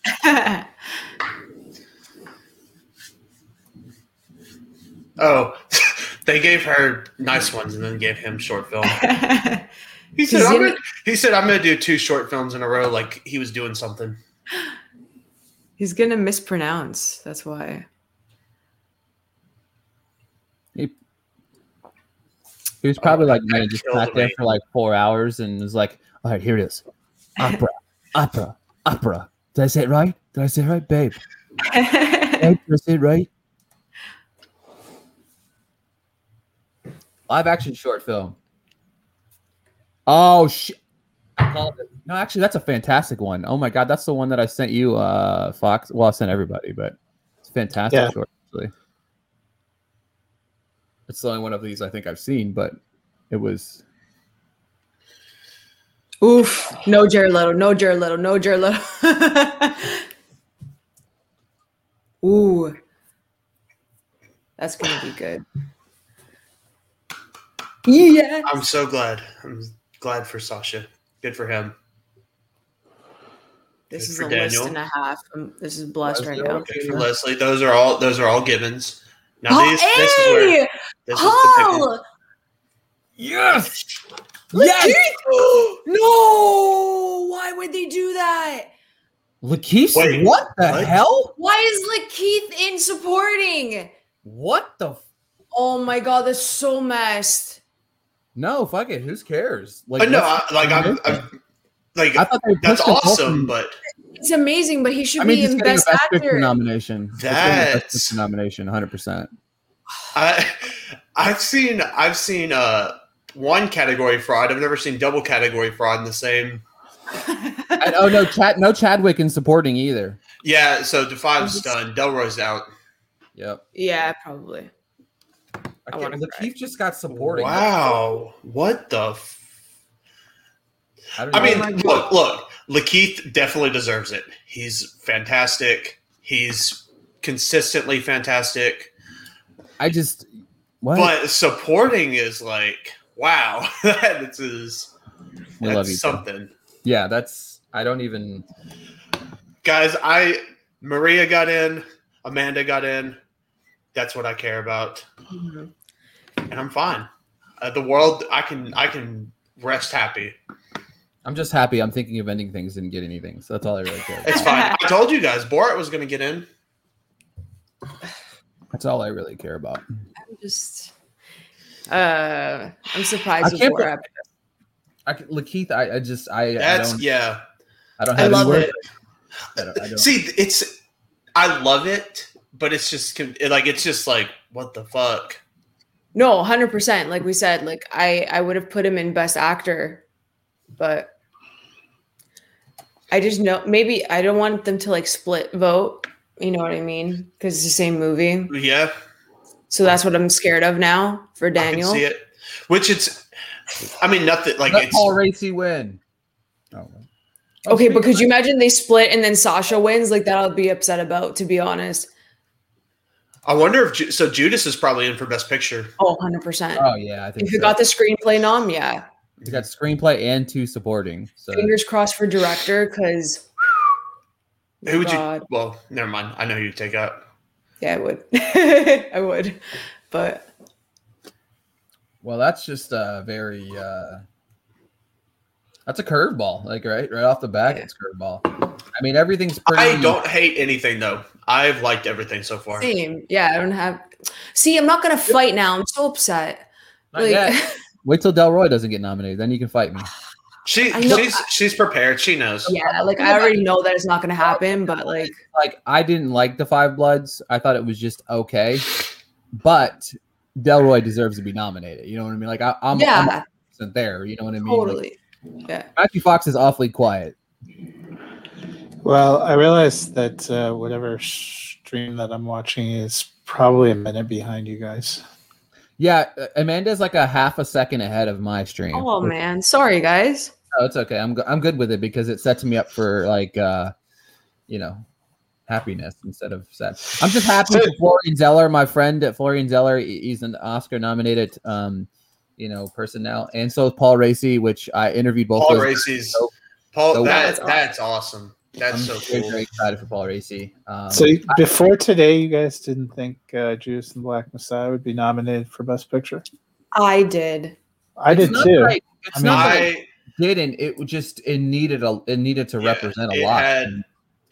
Speaker 3: Oh, they gave her nice ones and then gave him short film. He said,
Speaker 2: He's
Speaker 3: I'm
Speaker 2: in-
Speaker 3: gonna, he said, I'm going to do two short films in a row like he was doing something.
Speaker 2: He's going to mispronounce. That's why.
Speaker 1: he, he was probably like man, just
Speaker 3: killed
Speaker 1: sat there
Speaker 3: me.
Speaker 1: for like four hours and was like, all right, here it is. Opera, opera, opera. Did I say it right? Did I say it right, babe? Babe, did I say it right? Live action short film. Oh shit. No, actually, that's a fantastic one. Oh my god, that's the one that I sent you, uh, Fox. Well, I sent everybody, but it's a fantastic
Speaker 4: Yeah.
Speaker 1: short. Actually, It's the only one of these I think I've seen, but it was
Speaker 2: Oof. No Jared Leto. No Jared Leto. No Jared Leto. Ooh. That's going to be good. Yeah.
Speaker 3: I'm so glad. I'm glad for Sasha. Good for him.
Speaker 2: This
Speaker 3: Good
Speaker 2: is
Speaker 3: for
Speaker 2: a list
Speaker 3: Daniel.
Speaker 2: and a half. Um, this is blessed right
Speaker 1: Lesnar.
Speaker 2: now.
Speaker 3: Good for Leslie. Those are all those are all Gibbons. Now
Speaker 2: Oh,
Speaker 3: these, this is where
Speaker 2: hey!
Speaker 3: this is the
Speaker 2: Paul!
Speaker 1: Yes!
Speaker 2: Yes!
Speaker 3: pick-
Speaker 2: No! Why would they do that?
Speaker 1: Lakeith,
Speaker 3: Wait,
Speaker 1: what the
Speaker 3: what?
Speaker 1: hell?
Speaker 2: Why is Lakeith in supporting?
Speaker 1: What the? F-
Speaker 2: Oh my god, that's so messed.
Speaker 1: no, fuck it. Who cares? Like,
Speaker 3: Uh, no, I,
Speaker 1: what's-
Speaker 3: like I'm, I'm like
Speaker 1: I thought they
Speaker 3: that's
Speaker 1: pushed the button.
Speaker 3: awesome, but
Speaker 2: It's amazing, but he should
Speaker 1: I mean,
Speaker 2: be
Speaker 1: he's
Speaker 2: in
Speaker 1: getting a
Speaker 2: best,
Speaker 1: best picture
Speaker 2: actor.
Speaker 1: nomination. He's getting a
Speaker 3: That's-
Speaker 1: best picture nomination, 100. percent
Speaker 3: I I've seen I've seen uh one category fraud. I've never seen double category fraud in the same.
Speaker 1: And oh no, Chad, no Chadwick in supporting either.
Speaker 3: Yeah, so Defy's done. Delroy's out.
Speaker 1: Yep.
Speaker 2: yeah, probably. I wanna
Speaker 1: Lakeith
Speaker 2: cry.
Speaker 1: just got supporting.
Speaker 3: Wow, what the? F-
Speaker 1: I, don't
Speaker 3: I
Speaker 1: know.
Speaker 3: mean, look, look. Lakeith definitely deserves it. He's fantastic. He's consistently fantastic.
Speaker 1: I just what?
Speaker 3: But supporting is like, wow, this is
Speaker 1: we love you.
Speaker 3: that's something.
Speaker 1: Yeah, that's. I don't even.
Speaker 3: Guys, I Maria got in, Amanda got in. That's what I care about,
Speaker 2: Mhm.
Speaker 3: and I'm fine. Uh, the world, I can, I can rest happy.
Speaker 1: I'm just happy. I'm thinking of ending things and getting anything. So that's all I really care. about.
Speaker 3: It's fine. I told you guys, Borat was going to get in.
Speaker 1: That's all I really care about.
Speaker 2: I'm just uh I'm surprised
Speaker 1: I
Speaker 2: I
Speaker 1: can't
Speaker 2: can't
Speaker 1: I, can- Lakeith, I, I just, I, I
Speaker 3: That's
Speaker 1: don't,
Speaker 3: yeah.
Speaker 1: I don't
Speaker 2: I
Speaker 1: have. any
Speaker 2: love
Speaker 1: words.
Speaker 2: it.
Speaker 1: I don't, I don't-
Speaker 3: See, it's I love it, but it's just con- it- like it's just like what the fuck.
Speaker 2: No, 100%. Like we said, like I I would have put him in best actor, but I just know maybe I don't want them to like split vote, you know what I mean? Cuz it's the same movie.
Speaker 3: Yeah,
Speaker 2: So that's what I'm scared of now for
Speaker 3: I
Speaker 2: Daniel.
Speaker 3: can see it. Which it's, I mean, nothing like
Speaker 1: Let
Speaker 3: it's.
Speaker 1: Paul Racy win. Oh.
Speaker 2: Okay, but could you imagine they split and then Sasha wins? Like that I'll be upset about to be honest.
Speaker 3: I wonder if Ju- so. Judas is probably in for best picture.
Speaker 2: Oh, 100%.
Speaker 1: Oh yeah, I think
Speaker 2: if you
Speaker 1: so.
Speaker 2: got the screenplay nom, yeah.
Speaker 1: He's got screenplay and two supporting. So
Speaker 2: fingers crossed for director because
Speaker 3: Who would you? Well, never mind. I know who you take out.
Speaker 2: yeah i would i would but
Speaker 1: well, that's just a very. uh That's a curveball, like right, right off the bat,
Speaker 2: Yeah.
Speaker 1: it's curveball. I mean, everything's pretty.
Speaker 3: I don't hate anything though. I've liked everything so far.
Speaker 2: same yeah i don't have see i'm not gonna fight now i'm so upset
Speaker 1: Not yet. Wait till Delroy doesn't get nominated, then you can fight me.
Speaker 3: She
Speaker 2: I know-
Speaker 3: she's she's prepared. She knows.
Speaker 2: yeah like i already know that it's not gonna happen but like
Speaker 1: Like I didn't like the Five Bloods. I thought it was just okay, but Delroy deserves to be nominated. You know what I mean? Like I, I'm, I'm
Speaker 2: yeah
Speaker 1: 100% there. You know what I mean? Like,
Speaker 2: totally yeah
Speaker 1: Matthew Fox is awfully quiet.
Speaker 4: Well, I realize that uh, whatever stream that I'm watching is probably a minute behind you guys.
Speaker 1: Yeah, uh, Amanda's like a half a second ahead of my stream.
Speaker 2: oh man sorry guys
Speaker 1: No, Oh, it's okay. I'm go- I'm good with it because it sets me up for like uh, you know, happiness instead of sad. I'm just happy for Florian Zeller, my friend at Florian Zeller. he- He's an Oscar-nominated um, you know, person now, and so is Paul Racy, which I interviewed both.
Speaker 3: Paul
Speaker 1: those-
Speaker 3: Racy's
Speaker 1: Nope.
Speaker 3: Paul.
Speaker 1: Nope.
Speaker 3: that
Speaker 2: That's awesome.
Speaker 3: that's awesome.
Speaker 1: I'm
Speaker 3: That's so
Speaker 1: very,
Speaker 3: cool.
Speaker 1: very excited for Paul Racy. Um,
Speaker 4: so before today, you guys didn't think uh, Judas and the Black Messiah would be nominated for Best Picture.
Speaker 2: i did
Speaker 4: I
Speaker 1: it's
Speaker 4: did
Speaker 1: not
Speaker 4: too.
Speaker 1: that I- it's
Speaker 4: I mean,
Speaker 1: not that I
Speaker 3: I
Speaker 1: didn't. It would just it needed a it needed to
Speaker 3: Yeah,
Speaker 1: represent a
Speaker 3: it
Speaker 1: lot.
Speaker 3: had-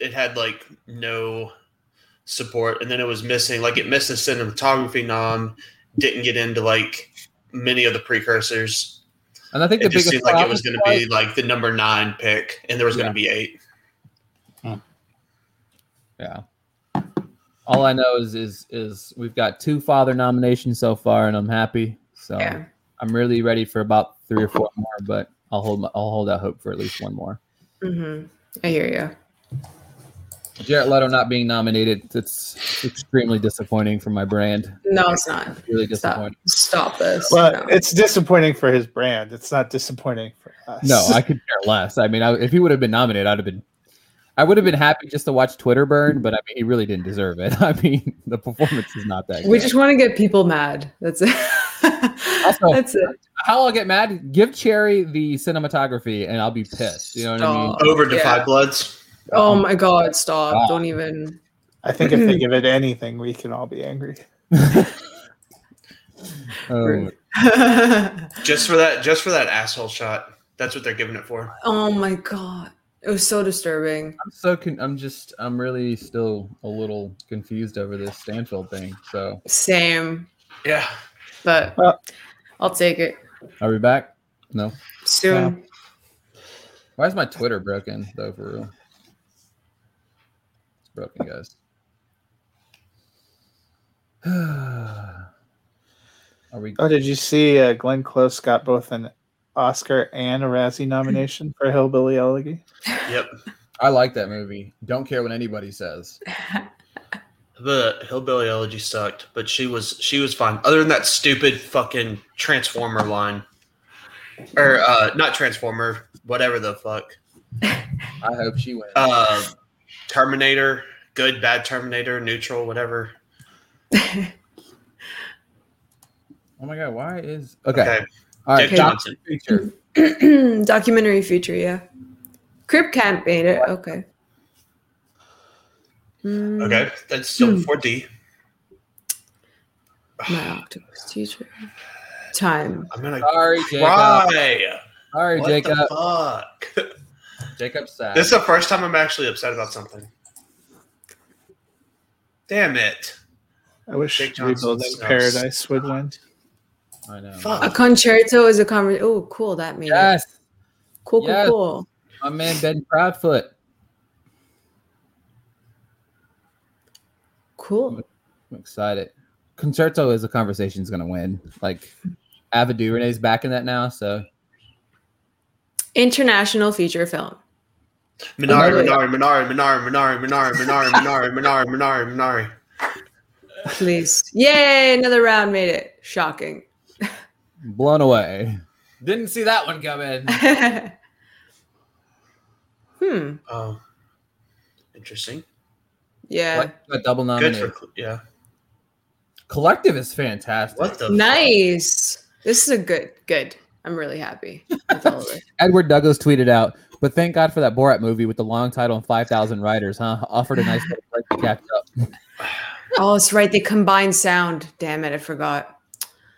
Speaker 3: it had like no support, and then it was missing. Like it missed the cinematography nom. Didn't get into like many of the precursors.
Speaker 1: and I think the
Speaker 3: It just
Speaker 1: biggest
Speaker 3: seemed like it was going
Speaker 1: problem
Speaker 3: to be like the number nine pick, and there was going to be eight.
Speaker 1: Yeah. All I know is is is we've got two father nominations so far, and I'm happy. So
Speaker 2: yeah
Speaker 1: I'm really ready for about three or four more, but
Speaker 2: Mm-hmm.
Speaker 1: I'll hold my, I'll hold out hope for at least one more.
Speaker 2: hmm i hear you
Speaker 1: Jared Leto not being nominated. It's extremely disappointing for my brand.
Speaker 2: No, it's not.
Speaker 1: Really
Speaker 2: Stop.
Speaker 1: disappointing.
Speaker 2: Stop this.
Speaker 4: Well,
Speaker 2: No.
Speaker 4: it's disappointing for his brand. It's not disappointing for us.
Speaker 1: No, I could care less. I mean, I, if he would have been nominated, I'd have been, I would have been happy just to watch Twitter burn. But I mean, he really didn't deserve it. I mean, the performance is not that.
Speaker 2: We
Speaker 1: good.
Speaker 2: just want to get people mad. That's it.
Speaker 1: Also-
Speaker 2: That's it.
Speaker 1: how I'll get mad? Give Cherry the cinematography, and I'll be pissed. You know what I mean?
Speaker 2: Oh,
Speaker 3: Over to
Speaker 2: yeah.
Speaker 3: Five Bloods.
Speaker 1: Um,
Speaker 2: Oh my God! Stop!
Speaker 1: God.
Speaker 2: Don't even.
Speaker 4: I think if they give it anything, we can all be angry.
Speaker 1: Oh,
Speaker 3: Just for that, just for that asshole shot. That's what they're giving it for.
Speaker 2: oh my God! It was so disturbing.
Speaker 1: I'm so con- I'm just I'm really still a little confused over this Stanfield thing. So
Speaker 2: Same,
Speaker 3: Yeah.
Speaker 2: but
Speaker 4: Well-
Speaker 2: I'll take it
Speaker 1: are we back? No.
Speaker 2: soon.
Speaker 1: Why is my Twitter broken though? For real, it's broken, guys. Are we?
Speaker 4: Oh, did you see uh, Glenn Close got both an Oscar and a Razzie nomination for Hillbilly Elegy?
Speaker 3: Yep.
Speaker 1: I like that movie. Don't care what anybody says.
Speaker 3: The hillbilly elegy sucked, but she was she was fine. Other than that stupid fucking transformer line, or uh, not transformer, whatever the fuck.
Speaker 1: I hope she wins.
Speaker 3: Uh, Terminator, good, bad Terminator, neutral, whatever.
Speaker 1: oh my god, why is okay?
Speaker 3: Okay,
Speaker 1: All right,
Speaker 3: Dick
Speaker 1: Doctor
Speaker 3: Johnson.
Speaker 1: Feature.
Speaker 2: Documentary feature, yeah. Crip Camp made it. Okay. Mm,
Speaker 3: Okay, that's still four D.
Speaker 2: My octopus teacher. Time.
Speaker 3: I'm gonna
Speaker 1: Sorry, Jacob.
Speaker 3: cry.
Speaker 1: Sorry,
Speaker 3: What
Speaker 1: Jacob.
Speaker 3: the fuck?
Speaker 1: Jacob sad.
Speaker 3: This is the first time I'm actually upset about something. Damn it!
Speaker 4: I wish
Speaker 3: Jake Johnson
Speaker 4: Rebuilding
Speaker 3: sucks.
Speaker 4: Paradise would win.
Speaker 1: I know.
Speaker 2: A
Speaker 3: Fuck.
Speaker 2: concerto is a conversation. Oh, cool. That made it.
Speaker 1: Yes,
Speaker 2: Cool, cool,
Speaker 1: Yes.
Speaker 2: cool.
Speaker 1: my man Ben Proudfoot.
Speaker 2: Cool.
Speaker 1: I'm excited. Concerto is a conversation is gonna win. Like Ava DuVernay's back in that now, so
Speaker 2: International feature film.
Speaker 3: Minari,
Speaker 2: Another-
Speaker 3: Minari, Minari, Minari, Minari, Minari, Minari, Minari, Minari, Minari, Minari.
Speaker 2: Please. Yay, another round made it. Shocking.
Speaker 1: blown away. Didn't see that one coming.
Speaker 2: hmm.
Speaker 3: Oh, interesting.
Speaker 2: Yeah.
Speaker 1: What a double
Speaker 3: Good
Speaker 1: nomination.
Speaker 3: for yeah.
Speaker 1: Collective is fantastic.
Speaker 3: What the
Speaker 2: Nice. This is a good, good. I'm really happy with all of it.
Speaker 1: Edward Douglas tweeted out, but thank God for that Borat movie with the long title and 5,000 writers, huh? Offered a nice little break to catch up.
Speaker 2: Oh, it's right. They combined sound. Damn it. I forgot.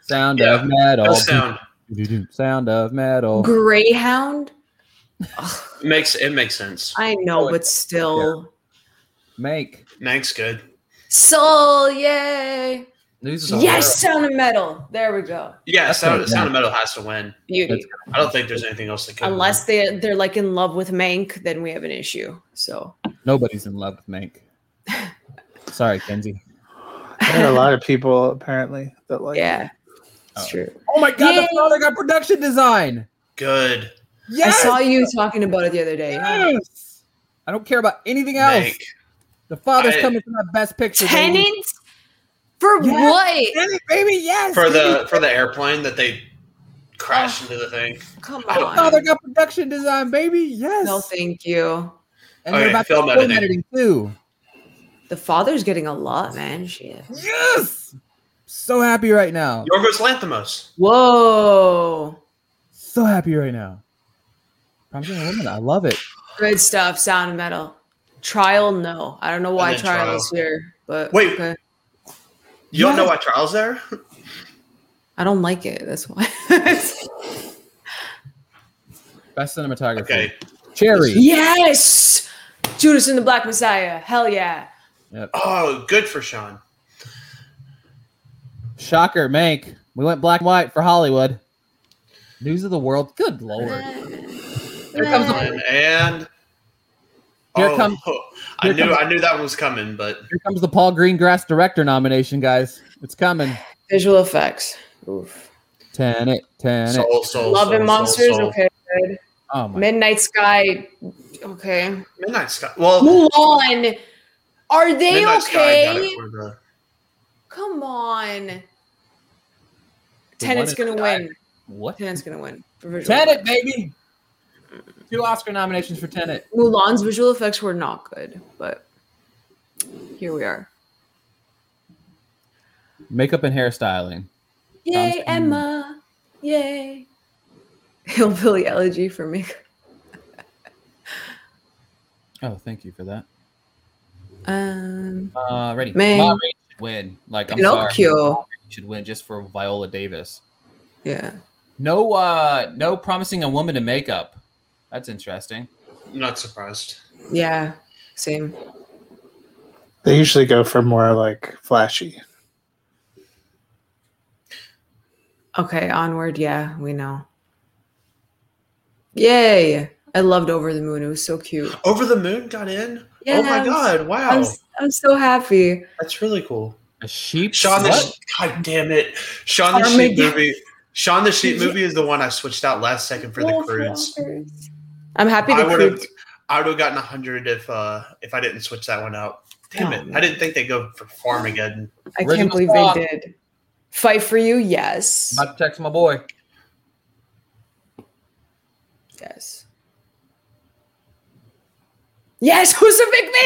Speaker 1: Sound
Speaker 3: Yeah,
Speaker 1: of metal.
Speaker 3: No sound
Speaker 1: Sound of metal.
Speaker 2: Greyhound? Ugh,
Speaker 3: makes it makes sense.
Speaker 2: I know, but still.
Speaker 1: Make.
Speaker 3: Makes good.
Speaker 2: Soul, yay.
Speaker 1: News is all
Speaker 2: Yes, sound of metal. There we go.
Speaker 3: Yeah,
Speaker 1: That's
Speaker 3: sound,
Speaker 1: what-
Speaker 3: sound of metal has to win.
Speaker 2: Beauty.
Speaker 1: That's-
Speaker 3: I don't think there's anything else that could.
Speaker 2: Unless they they're like in love with Mank, then we have an issue. So
Speaker 1: over. Nobody's in love with Mank. Sorry, Kenzie.
Speaker 4: There are a lot of people apparently that like.
Speaker 2: yeah, it's
Speaker 1: Oh.
Speaker 2: true.
Speaker 1: Oh my God,
Speaker 2: Yay.
Speaker 1: the father got production design.
Speaker 3: good.
Speaker 1: Yes.
Speaker 2: I saw you talking about it the other day. Yeah.
Speaker 1: Yes. I don't care about anything else.
Speaker 3: Make.
Speaker 1: The father's
Speaker 3: I-
Speaker 1: coming for my best picture. baby.
Speaker 2: Tenant for
Speaker 1: Yes.
Speaker 2: what?
Speaker 1: Tenant, baby, yes.
Speaker 3: for
Speaker 1: baby.
Speaker 3: the for the airplane that they crashed
Speaker 2: Oh.
Speaker 3: into the thing.
Speaker 2: Come
Speaker 3: I
Speaker 1: The
Speaker 3: don't-
Speaker 1: father
Speaker 2: on.
Speaker 1: got production design, baby. Yes.
Speaker 2: No, thank you.
Speaker 1: and
Speaker 3: Okay,
Speaker 1: they're about
Speaker 3: film
Speaker 1: to film
Speaker 3: editing.
Speaker 1: editing too.
Speaker 2: The father's getting a lot, man. Shit.
Speaker 1: Yes. So happy right now.
Speaker 3: Yorgos Lanthimos.
Speaker 2: Whoa.
Speaker 1: So happy right now. Promising Young woman. I love it.
Speaker 2: Good stuff. Sound and metal. Trial, no. I don't know why
Speaker 3: And then
Speaker 2: trial,
Speaker 3: trial.
Speaker 2: is here, but
Speaker 3: Wait.
Speaker 2: okay.
Speaker 3: You don't know why Charles there?
Speaker 2: I don't like it. That's why.
Speaker 1: Best cinematography.
Speaker 3: Okay.
Speaker 1: Cherry.
Speaker 2: yes. Judas and the Black Messiah. Hell yeah.
Speaker 3: Oh, good for Sean.
Speaker 1: Shocker. Mank. We went black and white for Hollywood. News of the world. Good lord.
Speaker 3: Uh,
Speaker 1: Here comes the,
Speaker 3: And, and-
Speaker 1: Here
Speaker 3: oh,
Speaker 1: comes-
Speaker 3: I
Speaker 1: here
Speaker 3: knew
Speaker 1: comes-
Speaker 3: I knew that one was coming, but
Speaker 1: here comes the Paul Greengrass director nomination, guys. It's coming.
Speaker 2: Visual effects. Oof.
Speaker 1: Tenet. Tenet.
Speaker 3: soul, soul,
Speaker 2: Love
Speaker 3: soul,
Speaker 2: and
Speaker 3: soul,
Speaker 2: Monsters.
Speaker 3: soul.
Speaker 2: Okay. Good.
Speaker 1: Oh my.
Speaker 2: Midnight Sky. Okay.
Speaker 3: Midnight Sky. Well,
Speaker 2: Mulan. Are they
Speaker 3: Midnight Sky got
Speaker 2: okay?
Speaker 3: it for the-
Speaker 2: Come on. Tenet's
Speaker 1: is
Speaker 2: gonna
Speaker 1: Sky.
Speaker 2: win.
Speaker 1: What?
Speaker 2: Tenet's gonna win. for visual
Speaker 1: Tenet,
Speaker 2: effects.
Speaker 1: baby. Two Oscar nominations for Tenet.
Speaker 2: Mulan's visual effects were not good, but here we are.
Speaker 1: Makeup and hairstyling.
Speaker 2: Yay,
Speaker 1: Sounds-
Speaker 2: Emma. Yay. Hillbilly elegy for me.
Speaker 1: Oh, thank you for that.
Speaker 2: Um,
Speaker 1: Uh, ready.
Speaker 2: Man.
Speaker 1: Ma Rainey should win. Like I'm sorry,
Speaker 2: Pinocchio.
Speaker 1: she should win just for Viola Davis.
Speaker 2: Yeah.
Speaker 1: No, uh, no promising a woman to makeup. That's interesting.
Speaker 3: not surprised.
Speaker 2: Yeah. Same.
Speaker 4: They usually go for more like flashy.
Speaker 2: Okay, onward. Yeah, we know. Yay. I loved Over the Moon. It was so cute.
Speaker 3: Over the Moon got in.
Speaker 2: Yeah,
Speaker 3: oh my
Speaker 2: I'm s-
Speaker 3: god! Wow,
Speaker 2: I'm, s- I'm so happy.
Speaker 3: that's really cool.
Speaker 1: A sheep.
Speaker 3: Shaun the
Speaker 1: what?
Speaker 3: Sh- God damn it! Sean the Sheep
Speaker 2: Armageddon.
Speaker 3: movie. Sean the Sheep movie is the one I switched out last second for the Croods.
Speaker 2: I'm happy
Speaker 3: I
Speaker 2: the
Speaker 3: would have.
Speaker 2: Croods.
Speaker 3: I would have gotten hundred if uh if I didn't switch that one out. Damn
Speaker 2: Oh,
Speaker 3: it!
Speaker 2: man.
Speaker 3: I didn't think they go for Farmageddon.
Speaker 2: I
Speaker 1: Original
Speaker 2: can't believe
Speaker 1: song.
Speaker 2: they did. Fight for you, yes.
Speaker 1: About to text my boy.
Speaker 2: Yes. Yes, who's a big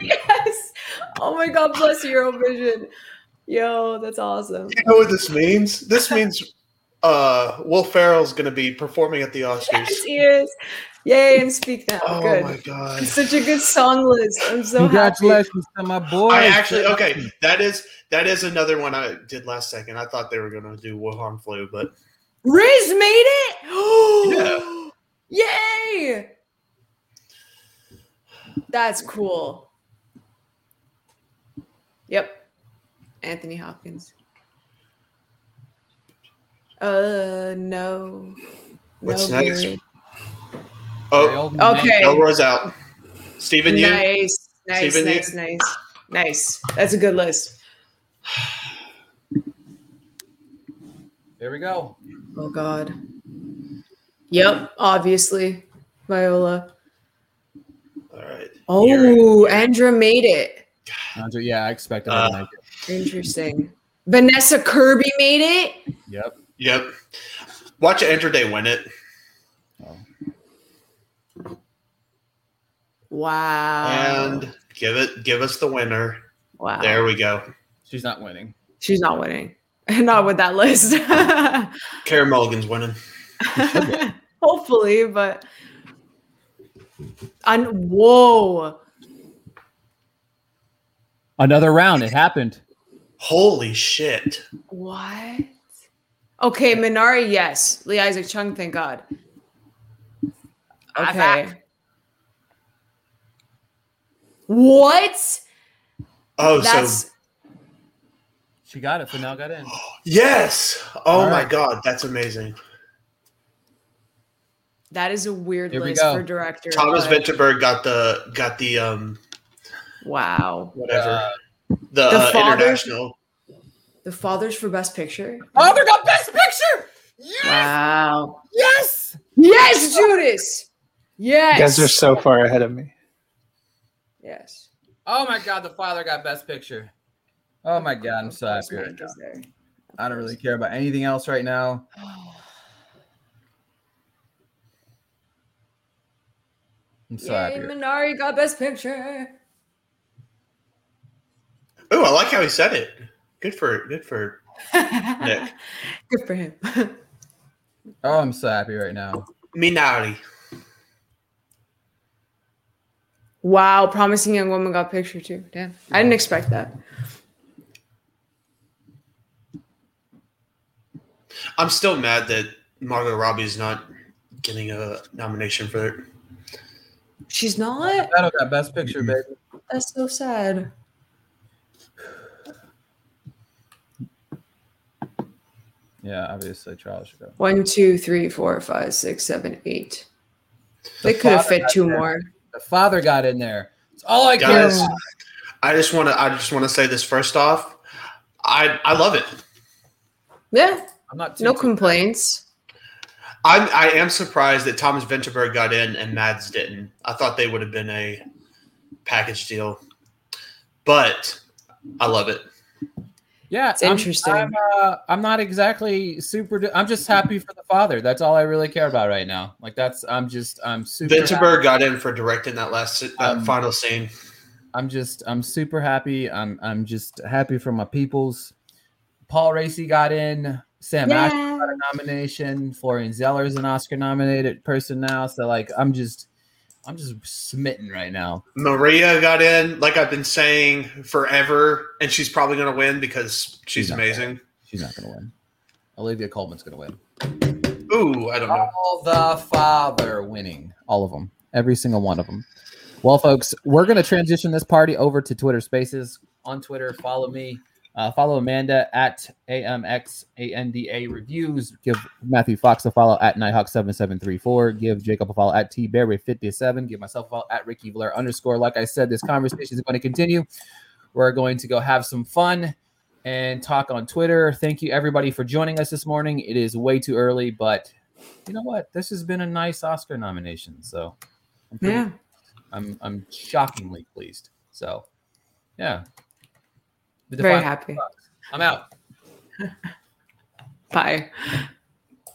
Speaker 2: yes. Oh my god, bless your own vision. Yo, that's awesome.
Speaker 3: You know what this means? This means uh Will Ferrell's going to be performing at the Oscars.
Speaker 2: Yes, he is. Yay, and speak now.
Speaker 3: Oh
Speaker 2: good.
Speaker 3: my god!
Speaker 2: It's such a good song list. I'm so happy.
Speaker 1: Congratulations to my boy.
Speaker 3: I actually okay. That is that is another one I did last second. I thought they were going to do Wuhan flu, but
Speaker 2: Riz made it. Yay. That's cool. Yep. Anthony Hopkins. Uh no.
Speaker 3: What's
Speaker 2: No
Speaker 3: next?
Speaker 2: good.
Speaker 3: oh,
Speaker 2: Okay.
Speaker 3: Elroy's out. Stephen, you
Speaker 2: Nice, nice,
Speaker 3: Stephen
Speaker 2: nice, nice, nice. That's a good list.
Speaker 1: There we go.
Speaker 2: Oh God. Yep, obviously, Viola.
Speaker 3: all right.
Speaker 2: Oh, Andra made it.
Speaker 1: Andre, yeah, I expected
Speaker 3: Uh,
Speaker 1: her to make it.
Speaker 2: Interesting. Vanessa Kirby made it.
Speaker 1: Yep.
Speaker 3: Yep. Watch Andrew Day win it.
Speaker 2: Wow.
Speaker 3: and give it give us the winner.
Speaker 2: wow.
Speaker 3: There we go.
Speaker 1: She's not winning.
Speaker 2: She's not winning. Not with that list.
Speaker 3: Karen Mulligan's winning.
Speaker 2: Hopefully, but Un- whoa.
Speaker 1: Another round. It happened.
Speaker 3: Holy shit.
Speaker 2: What? Okay, Minari, yes. Lee Isaac Chung, thank God. Okay. What?
Speaker 3: Oh, so
Speaker 2: That's
Speaker 1: She got it. Fennell got in.
Speaker 3: yes. Oh
Speaker 1: All
Speaker 3: my
Speaker 1: right.
Speaker 3: god, that's amazing.
Speaker 2: that is a weird
Speaker 1: Here we
Speaker 2: list
Speaker 1: go.
Speaker 2: for director.
Speaker 3: Thomas
Speaker 2: but-
Speaker 3: Vinterberg got the got the um
Speaker 2: Wow.
Speaker 3: whatever
Speaker 1: Uh,
Speaker 3: the,
Speaker 2: The
Speaker 3: uh,
Speaker 2: father?
Speaker 3: international.
Speaker 2: The fathers for best picture.
Speaker 1: Father got Best Picture.
Speaker 2: Wow.
Speaker 1: Yes.
Speaker 2: Yes, Judas. Yes.
Speaker 4: You guys are so far ahead of me.
Speaker 2: yes.
Speaker 1: Oh my God, the father got Best Picture. Oh my God, I'm so happy. right
Speaker 2: Mike is there.
Speaker 1: now. I don't really care about anything else right now. I'm so
Speaker 2: Yay,
Speaker 1: happy.
Speaker 2: Minari got best picture.
Speaker 3: Oh, I like how he said it. Good for good for Nick.
Speaker 2: Good for him.
Speaker 1: Oh, I'm so happy right now.
Speaker 3: Minari.
Speaker 2: wow, promising young woman got picture too. Damn. I didn't expect that.
Speaker 3: I'm still mad that Margot Robbie's not getting a nomination for it.
Speaker 2: She's not?
Speaker 1: That'll got Best Picture, baby.
Speaker 2: That's so sad.
Speaker 1: Yeah, obviously Charles should go.
Speaker 2: One, two, three, four, five, six, seven, eight. They could have
Speaker 1: father
Speaker 2: fit
Speaker 1: got
Speaker 2: two
Speaker 1: there.
Speaker 2: more.
Speaker 1: The father got in there. It's all I care.
Speaker 3: Guys,
Speaker 1: about.
Speaker 3: I just want to I just want to say this first off. I I love it.
Speaker 2: Yeah,
Speaker 1: I'm not too.
Speaker 2: no complaints.
Speaker 3: I'm I am surprised that Thomas Vinterberg got in and Mads didn't. I thought they would have been a package deal, but I love it.
Speaker 1: Yeah,
Speaker 2: It's interesting.
Speaker 1: I'm, uh, I'm not exactly super. du- I'm just happy for the father. That's all I really care about right now. Like that's. I'm just. I'm super. happy.
Speaker 3: Vinterberg got in for directing that last that
Speaker 1: Um,
Speaker 3: final scene.
Speaker 1: I'm just. I'm super happy. I'm. I'm just happy for my peoples. Paul Racy got in. Sam Ash got a nomination. Florian Zeller's an Oscar nominated person now. So like, I'm just. I'm just smitten right now.
Speaker 3: Maria got in, like I've been saying forever, and she's probably going to win because she's
Speaker 1: She's not
Speaker 3: amazing.
Speaker 1: She's not gonna win. Olivia Colman's gonna win.
Speaker 3: Ooh, I don't know.
Speaker 1: All the father winning. All of them. Every single one of them. Well, folks, we're going to transition this party over to Twitter Spaces. On Twitter, follow me. Uh, follow Amanda at AMXANDA reviews. Give Matthew Fox a follow at Nighthawk7734. Give Jacob a follow at TBerry57. Give myself a follow at Ricky Blair underscore. Like I said, this conversation is going to continue. We're going to go have some fun and talk on Twitter. Thank you, everybody, for joining us this morning. It is way too early, but you know what? This has been a nice Oscar nomination. So I'm pretty-
Speaker 2: Yeah.
Speaker 1: I'm I'm shockingly pleased. So yeah. The
Speaker 2: Very
Speaker 1: Defiant-
Speaker 2: happy.
Speaker 1: I'm out.
Speaker 2: Bye.